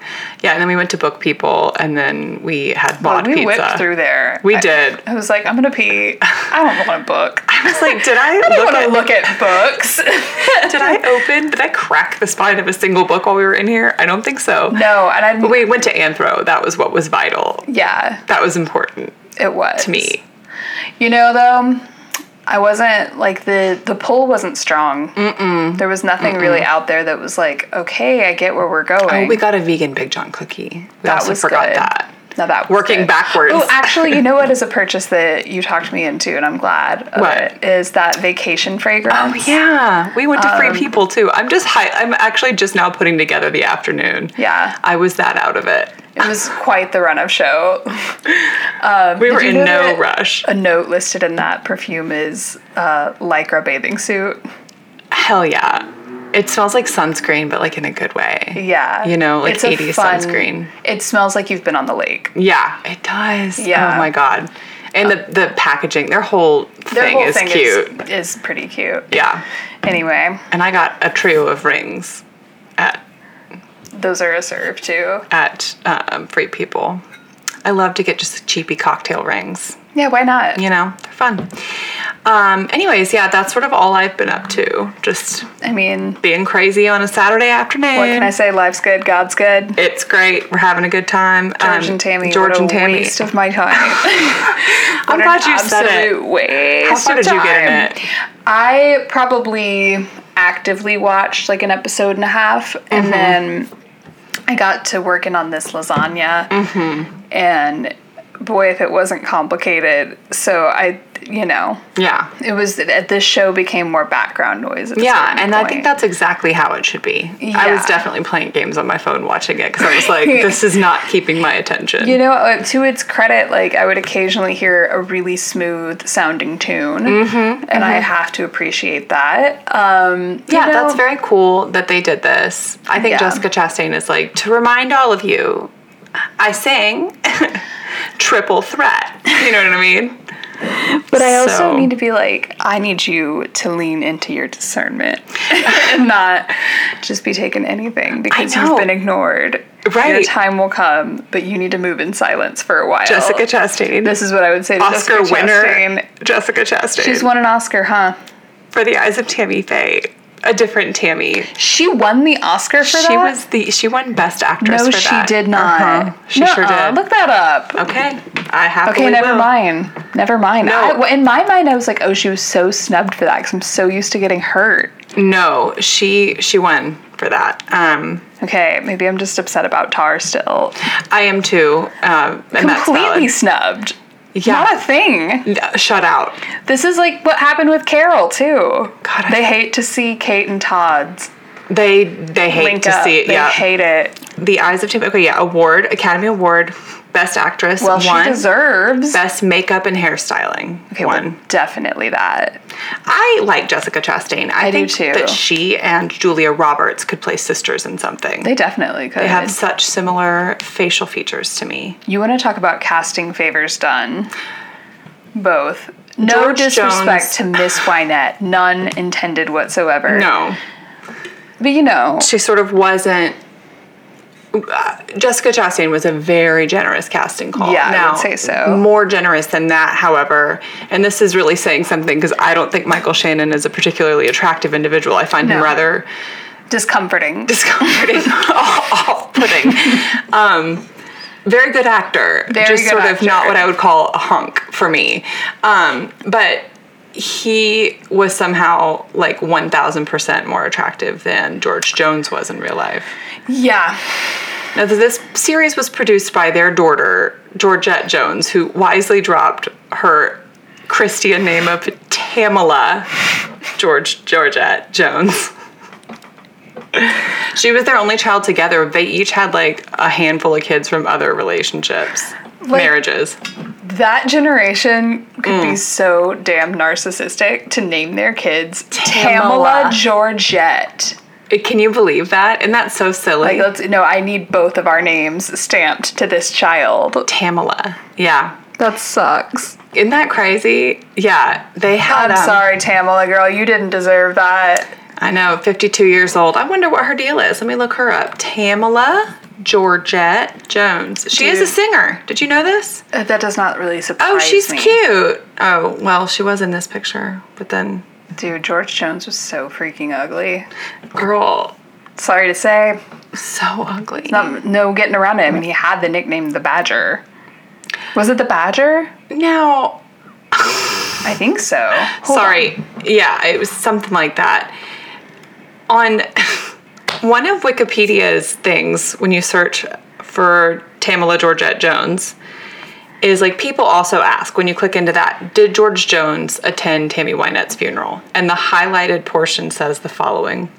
Yeah, and then we went to book people, and then we had Oh, mod we pizza. whipped through there. We I- did. I was like, I'm gonna pee. I don't want a book. I I was like, did I, don't look want to at, look at books. did I open? Did I crack the spine of a single book while we were in here? I don't think so. no, and I. But we went to Anthro. That was what was vital. yeah, That was important it was to me. You know, though, I wasn't like the the pull wasn't strong. Mm-mm. There was nothing really out there that was like, okay, I get where we're Oh, going. we got a vegan Big John cookie. We that also was forgot good. that. Now that was Working good. backwards. Oh, actually, you know what is a purchase that you talked me into, and I'm glad of What? it is that vacation fragrance. Oh yeah, we went to Free People too. I'm just high. I'm actually just now putting together the afternoon. Yeah. I was that out of it. It was quite the run of show. We were you in know no that- rush. A note listed in that perfume is uh, lycra bathing suit. Hell yeah, it smells like sunscreen, but like in a good way. Yeah, You know, like It's a 80s fun- sunscreen. It smells like you've been on the lake. Yeah, it does. Yeah. Oh my god, and the the packaging, their whole thing Their whole is thing cute. Is, is pretty cute. yeah, Anyway, and I got a trio of rings at those are a serve too. at um, Free People. I love to get just cheapy cocktail rings. Yeah, why not? you know, they're fun. Um, anyways, yeah, that's sort of all I've been up to. Just I mean, being crazy on a Saturday afternoon. what can I say? Life's good, God's good. It's great. We're having a good time. George Um, and Tammy. George what and a Tammy. Waste of my time. I'm glad you said it. Absolute waste. How far of did you get in time. it? I probably actively watched like an episode and a half, and Mm-hmm. Mm-hmm. then I got to working on this lasagna, and boy, if it wasn't complicated. So I, you know, Yeah. it was that this show became more background noise. at a Yeah, certain and I think point. that's exactly how it should be. I was Yeah. definitely playing games on my phone watching it because I was like, this is not keeping my attention. You know, uh, to its credit, like I would occasionally hear a really smooth sounding tune, Mm-hmm, and I have to appreciate that. Um, you yeah, know, that's very cool that they did this. I think Yeah. Jessica Chastain is like, to remind all of you, I sing triple threat. You know what I mean? But I also so- need to be like, I need you to lean into your discernment and not just be taking anything because know. you've been ignored. Your Right. time will come, but you need to move in silence for a while. Jessica Chastain. This is what I would say to Oscar Jessica winner. Chastain. Jessica Chastain. She's won an Oscar, huh? for the eyes of Tammy Faye. A different Tammy. She won the Oscar for that? She was the she won Best Actress. No, for she that. did not. Uh-huh. She sure Nuh-uh, did. Look that up. Okay, I happily Okay, never will. mind. Never mind. No. I- well, in my mind, I was like, oh, she was so snubbed for that because I'm so used to getting hurt. No, she she won for that. Um, Okay, maybe I'm just upset about Tar still. I am too. Um, and that's Completely valid. snubbed. Yeah. Not a thing. No, shut out. This is like what happened with Carol, too. God, I- they hate to see Kate and Todd's They they hate link to up. see it. they yeah, hate it. the eyes of Tammy. Okay, yeah, award Academy Award, Best Actress. Well, one. she deserves. Best makeup and hairstyling. Okay, well, one. definitely that. I like Jessica Chastain. I, I do think too. that she and Julia Roberts could play sisters in something. They definitely could. They have such similar facial features to me. You want to talk about casting favors done? Both. No George Jones- disrespect to Miss Wynette, none intended whatsoever. No, But you know, she sort of wasn't. uh, Jessica Chastain was a very generous casting call. Yeah, I would say so. More generous than that, however, and this is really saying something because I don't think Michael Shannon is a particularly attractive individual. I find him No. rather discomforting. discomforting, off-putting. Um, very good actor, Very just good sort of not actor. what I would call a hunk for me. Um, but he was somehow like one thousand percent more attractive than George Jones was in real life. yeah. Now, this series was produced by their daughter Georgette Jones, who wisely dropped her Christian name of Tamala George Georgette Jones. She was their only child together. They each had like a handful of kids from other relationships, marriages. That generation could be Mm. so damn narcissistic to name their kids Tamala. Tamala, Georgette. Can you believe that? And that's so silly. Like, let's no, I need both of our names stamped to this child. Tamala. Yeah. That sucks. Isn't that crazy? Yeah. They had I'm um, sorry, Tamala girl, you didn't deserve that. I know, 52 years old. I wonder what her deal is. Let me look her up. Tamala Georgette Jones. She is a Dude. singer. Did you know this? Uh, That does not really surprise Oh, me. she's cute. Oh, well, she was in this picture, but then, Dude, George Jones was so freaking ugly. girl, Sorry to say, so ugly. not, no getting around it. I mean, he had the nickname the Badger. Was it the Badger? Now, I think so. Hold sorry. Yeah, it was something like that. On one of Wikipedia's things, when you search for Tamala Georgette Jones, is like people also ask when you click into that, did George Jones attend Tammy Wynette's funeral? And the highlighted portion says the following.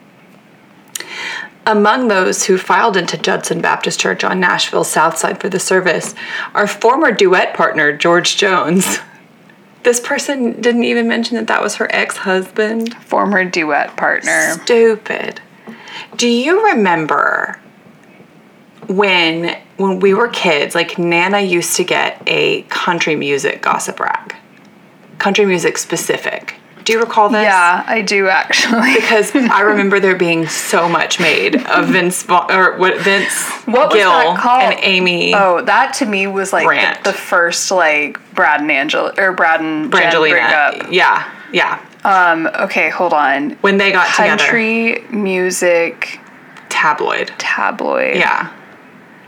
Among those who filed into Judson Baptist Church on Nashville's South Side for the service are former duet partner George Jones. This person didn't even mention that that was her ex husband. on. Former duet partner. Stupid. Do you remember when when we were kids, like Nana used to get a country music gossip rag? Country music specific. Do you recall this? Yeah, I do actually. Because I remember there being so much made of Vince Vaughn, or what Vince What was Gill that called? and Amy. Oh, that to me was like Rant. the, the first like Brad and Angela or Brad and Brangelina. Jen breakup. Yeah, yeah. Um, okay, hold on. When they got together, Country music tabloid. tabloid. Yeah.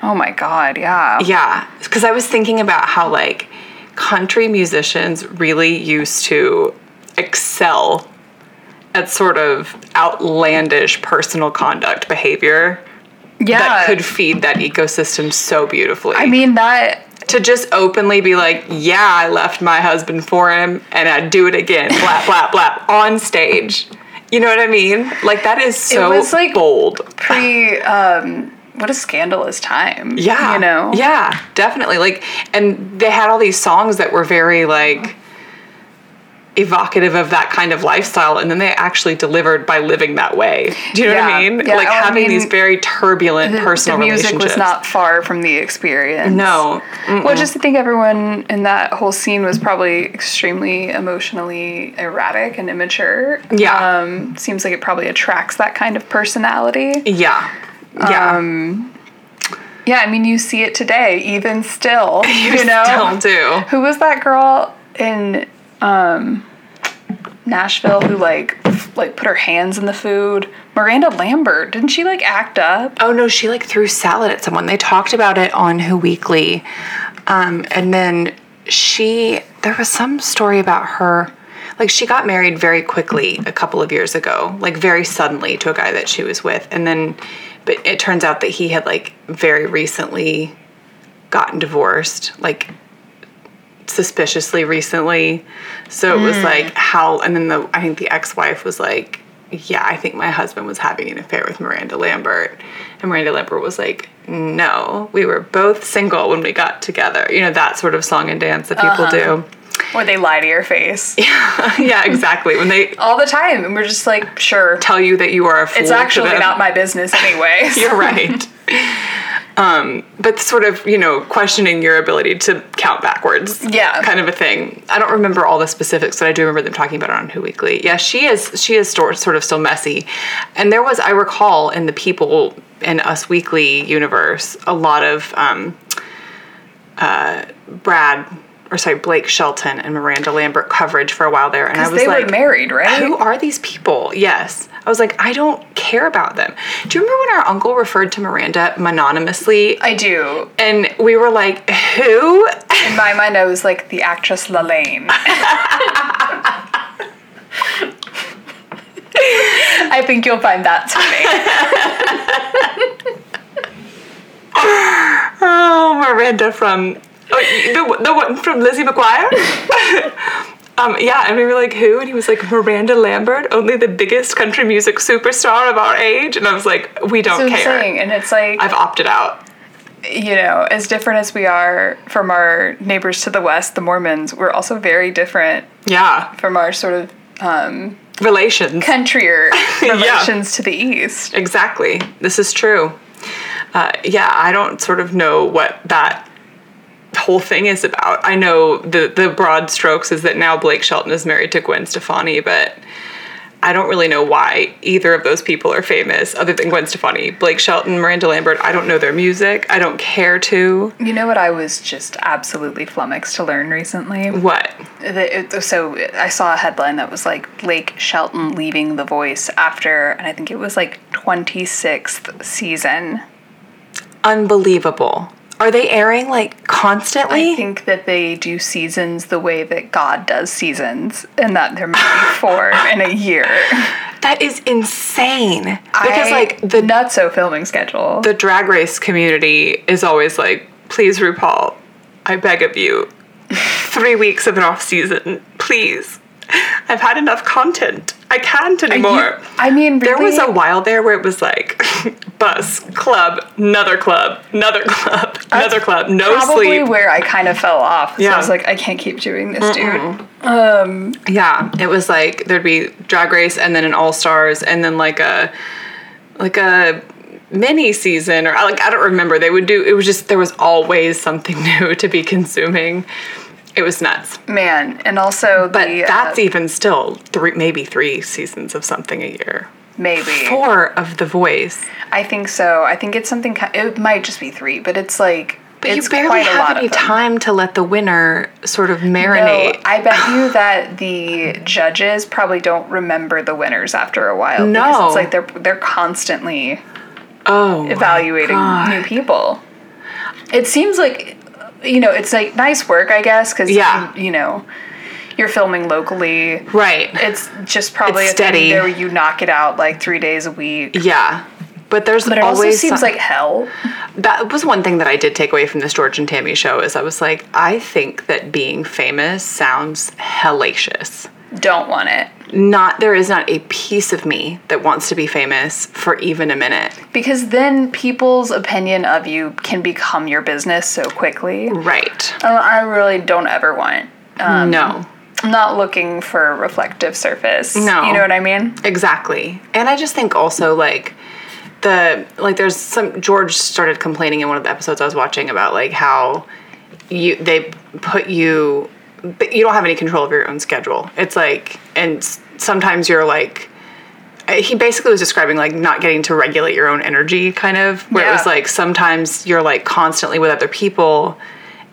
Oh my god, yeah. Yeah, because I was thinking about how like country musicians really used to excel at sort of outlandish personal conduct behavior Yeah. that could feed that ecosystem so beautifully. I mean that to just openly be like, yeah, I left my husband for him and I'd do it again, blap, blap, blap, on stage. You know what I mean? Like, that is so was, like, bold. Pre, um, what a scandalous time. Yeah. You know? Yeah, definitely. Like, and they had all these songs that were very, like, evocative of that kind of lifestyle and then they actually delivered by living that way do you know what i Yeah. mean Yeah, like oh, I having mean, these very turbulent personal the music relationships was not far from the experience. No. Well, just to think everyone in that whole scene was probably extremely emotionally erratic and immature. Yeah. Um, seems like it probably attracts that kind of personality. yeah yeah Um, Yeah, I mean, you see it today, even still. You, know? still do Who was that girl in um, Nashville who, like, f- like put her hands in the food? Miranda Lambert. Didn't she, like, act up? oh no she like threw salad at someone they talked about it on who weekly um, and then she there was some story about her like she got married very quickly a couple of years ago like very suddenly to a guy that she was with and then but it turns out that he had like very recently gotten divorced like suspiciously recently so it was Mm. like how and then the i think the ex-wife was like yeah i think my husband was having an affair with miranda lambert and miranda lambert was like no we were both single when we got together you know that sort of song and dance that people Uh-huh. Or they lie to your face do yeah exactly when they all the time. And we're just like, sure. tell you that you are a fool It's to actually them. not my business anyway. You're right. um, but sort of, you know, questioning your ability to count backwards. Yeah. Kind of a thing. I don't remember all the specifics, but I do remember them talking about it on Who Weekly. Yeah, she is she is stor- sort of still messy. And there was, I recall, in the People and Us Weekly universe, a lot of um, uh, Brad or sorry, Blake Shelton and Miranda Lambert coverage for a while there. And I was they like were married, right? who are these people? Yes. I was like, I don't care about them. Do you remember when our uncle referred to Miranda mononymously? I do. And we were like, who? In my mind, I was like the actress Lalaine. I think you'll find that funny. Oh, Miranda from oh, the, the one from Lizzie McGuire. um, yeah, and we were like, who? And he was like, Miranda Lambert, only the biggest country music superstar of our age. And I was like, we don't That's what I'm care. saying. And it's like, I've opted out. you know, as different as we are from our neighbors to the west, the Mormons, we're also very different Yeah, from our sort of relations. countrier relations to the east. Exactly. This is true. Uh, yeah, I don't sort of know what that whole thing is about. I know the the broad strokes is that now Blake Shelton is married to Gwen Stefani, but I don't really know why either of those people are famous other than Gwen Stefani. Blake Shelton, Miranda Lambert, I don't know their music. I don't care to. You know what I was just absolutely flummoxed to learn recently? What? The, it, so I saw a headline that was like Blake Shelton leaving The Voice after, and I think it was like 26th season. Unbelievable. Are they airing like constantly? I think that they do seasons the way that God does seasons, and that there might be four in a year. that is insane. Because I- like the not so filming schedule. the drag race community is always like, please, RuPaul, I beg of you, three weeks of an off season, please. I've had enough content. I can't anymore. You- I mean, there was a really, while there where it was like bus, club, another club, another club, another club, no probably sleep. where I kind of fell off. So Yeah. I was like, I can't keep doing this, dude. Um, Yeah, it was like there'd be drag race and then an all stars and then like a like a mini season or like I don't remember. They would do it was just there was always something new to be consuming. It was nuts. Man, and also But the that's uh, even still three maybe three seasons of something a year. maybe Four of the voice. I think so. I think it's something. ki- It might just be three, but it's like But it's you barely quite a lot have any of them. time to let the winner sort of So marinate. I bet you that the judges probably don't remember the winners after a while. because No. it's like they're they're constantly oh evaluating new people. It seems like you know it's like nice work, I guess, because Yeah. you, know you're filming locally. right. It's just probably It's a thing steady. there where you knock it out like three days a week. Yeah. But there's But it also always seems some- like hell. that was one thing that I did take away from this George and Tammy show is I was like, I think that being famous sounds hellacious. Don't want it. Not there is not a piece of me that wants to be famous for even a minute. Because then people's opinion of you can become your business so quickly. Right. Uh, I really don't ever want. no. I'm not looking for a reflective surface. No. You know what I mean? Exactly. And I just think also like the like there's some George started complaining in one of the episodes I was watching about like how you they put you but you don't have any control of your own schedule. It's like and s- sometimes you're like uh, he basically was describing like not getting to regulate your own energy kind of where it was Yeah. like sometimes you're like constantly with other people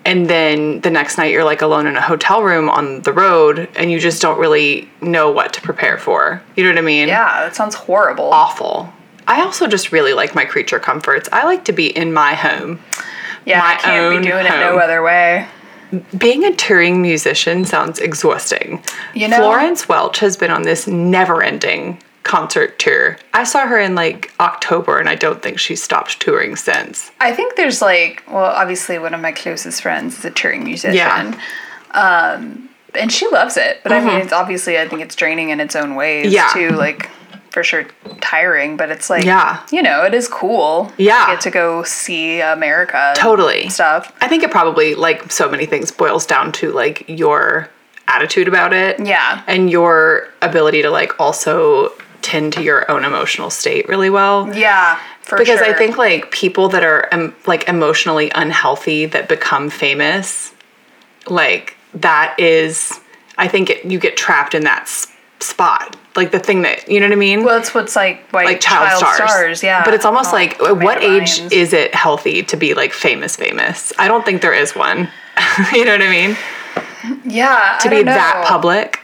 and then the next night you're like alone in a hotel room on the road and you just don't really know what to prepare for you know what i mean Yeah, that sounds horrible. awful i also just really like my creature comforts i like to be in my home yeah, I my can't own be doing it home. no other way. being a touring musician sounds exhausting You know- florence welch has been on this never-ending concert tour i saw her in like october and i don't think she's stopped touring since I think there's like, well, obviously one of my closest friends is a touring musician. Yeah. Mm-hmm. Um, and she loves it, but I mean, it's obviously I think it's draining in its own ways Yeah. too, like for sure tiring, but it's like, Yeah. you know, it is cool. to Yeah. get to go see America. and Totally. Stuff. I think it probably, like so many things, boils down to like your attitude about it. Yeah. And your ability to like also tend to your own emotional state really well. Yeah. For Because I sure. think like people that are um, like emotionally unhealthy that become famous, like that is, I think it, you get trapped in that s- spot. Like the thing that, you know what I mean? Well, it's what's like white like child, stars. yeah. But it's almost Oh, like at what tomato age vines. is it healthy to be like famous famous? I don't think there is one. you know what I mean? yeah To be that public.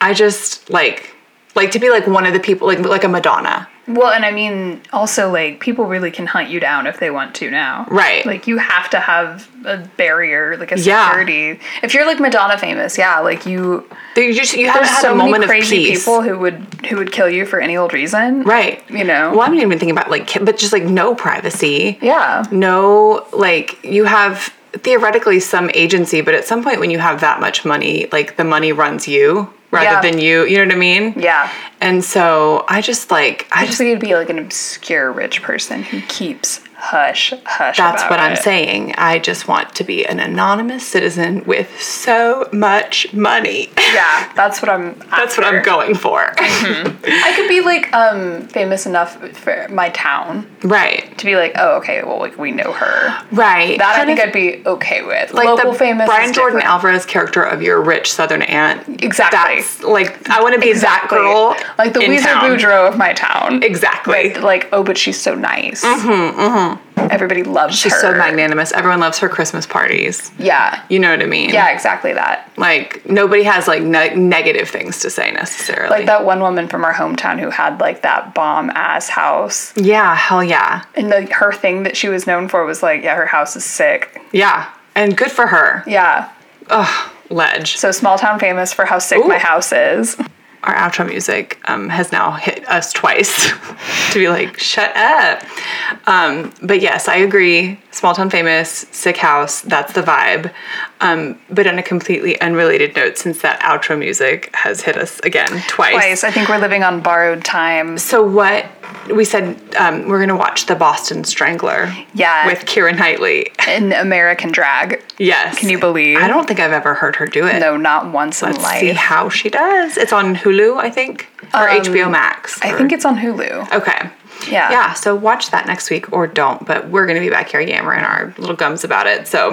I just like like to be like one of the people like like a Madonna. Well, and I mean, also like people really can hunt you down if they want to now. Right. Like you have to have a barrier, like a Yeah. security. If you're like Madonna famous, yeah, like you. There- You just you haven't There's had so a moment many of crazy peace. people who would who would kill you for any old reason. Right. You know. Well, I'm not even thinking about like ki- but just like no privacy. Yeah. No like you have theoretically some agency, but at some point when you have that much money, like the money runs you rather Yeah. than you. You know what I mean? Yeah. And so I just like I I just just think you'd be like an obscure rich person who keeps hush hush. that's about what I'm it. saying. I just want to be an anonymous citizen with so much money. Yeah, that's what I'm. That's what after. I'm going for. I could be like um famous enough for my town right. to be like, oh, okay, well, like we know her. Right. That I Kind think of I'd be okay with. like Local the famous. Brian is Jordan different. Alvarez character of your rich southern aunt. Exactly. That's like I want to be Exactly. that girl. Like the in Weezer town. Boudreaux of my town. Exactly. Like, like, oh, but she's so nice. Mm-hmm, Everybody loves her. She's so magnanimous. Everyone loves her Christmas parties. Yeah. You know what I mean? Yeah, exactly that. Like nobody has like ne- negative things to say necessarily. Like that one woman from our hometown who had like that bomb ass house. Yeah. Hell yeah. And the, her thing that she was known for was like, yeah, her house is sick. Yeah. And good for her. Yeah. Ledge. So small town famous for how sick my Ooh. house is. Our outro music um, has now hit us twice to be like, shut up. Um, but yes, I agree. Small town famous, sick house, that's the vibe. Um, but on a completely unrelated note, since that outro music has hit us again twice. Twice. I think we're living on borrowed time. So, what we said, um, we're going to watch The Boston Strangler. Yeah. With Kieran Knightley. in American drag. Yes. Can you believe? I don't think I've ever heard her do it. No, not once in Let's life. Um, see how she does. It's on Hulu, I think, or HBO Max. I or- think it's on Hulu. okay. Yeah. Yeah. So watch that next week or don't, but we're going to be back here yammering our little gums about it. So,